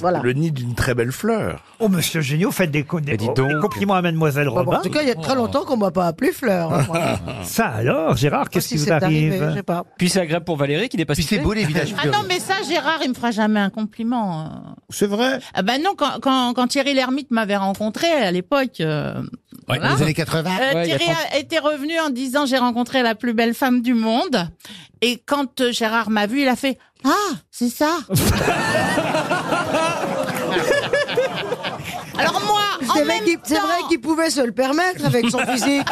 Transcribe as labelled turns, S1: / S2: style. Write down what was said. S1: Voilà.
S2: le nid d'une très belle fleur.
S3: Oh, monsieur Géniaud, faites des, co- des-
S4: dis
S3: des
S4: donc.
S3: compliments à mademoiselle
S1: Bah bon,
S3: Robin.
S1: en tout cas, il y a
S3: Oh.
S1: très longtemps qu'on m'a pas appelé Fleur. hein, moi.
S3: Ça alors, Gérard, qu'est-ce
S1: Si
S3: qui vous
S1: c'est
S3: arrive
S1: arrivé, je sais pas.
S4: Puis c'est agréable pour Valérie qui n'est pas
S5: Puis c'est beau les villages
S6: Ah non, mais ça, Gérard, il me fera jamais un compliment. euh.
S2: C'est vrai.
S6: Ah ben non, quand, quand, quand Thierry Lhermitte m'avait rencontré à l'époque, euh, voilà,
S5: Les années
S1: Bah,
S5: 80.
S6: euh,
S4: Ouais, il y a
S6: Thierry a- était revenu en disant j'ai rencontré la plus belle femme du monde. Et quand euh, Gérard m'a vu, il a fait ah c'est ça. Alors moi, en
S1: C'est vrai
S6: même
S1: qu'il- c'est vrai
S6: temps,
S1: qu'il pouvait se le permettre avec son physique.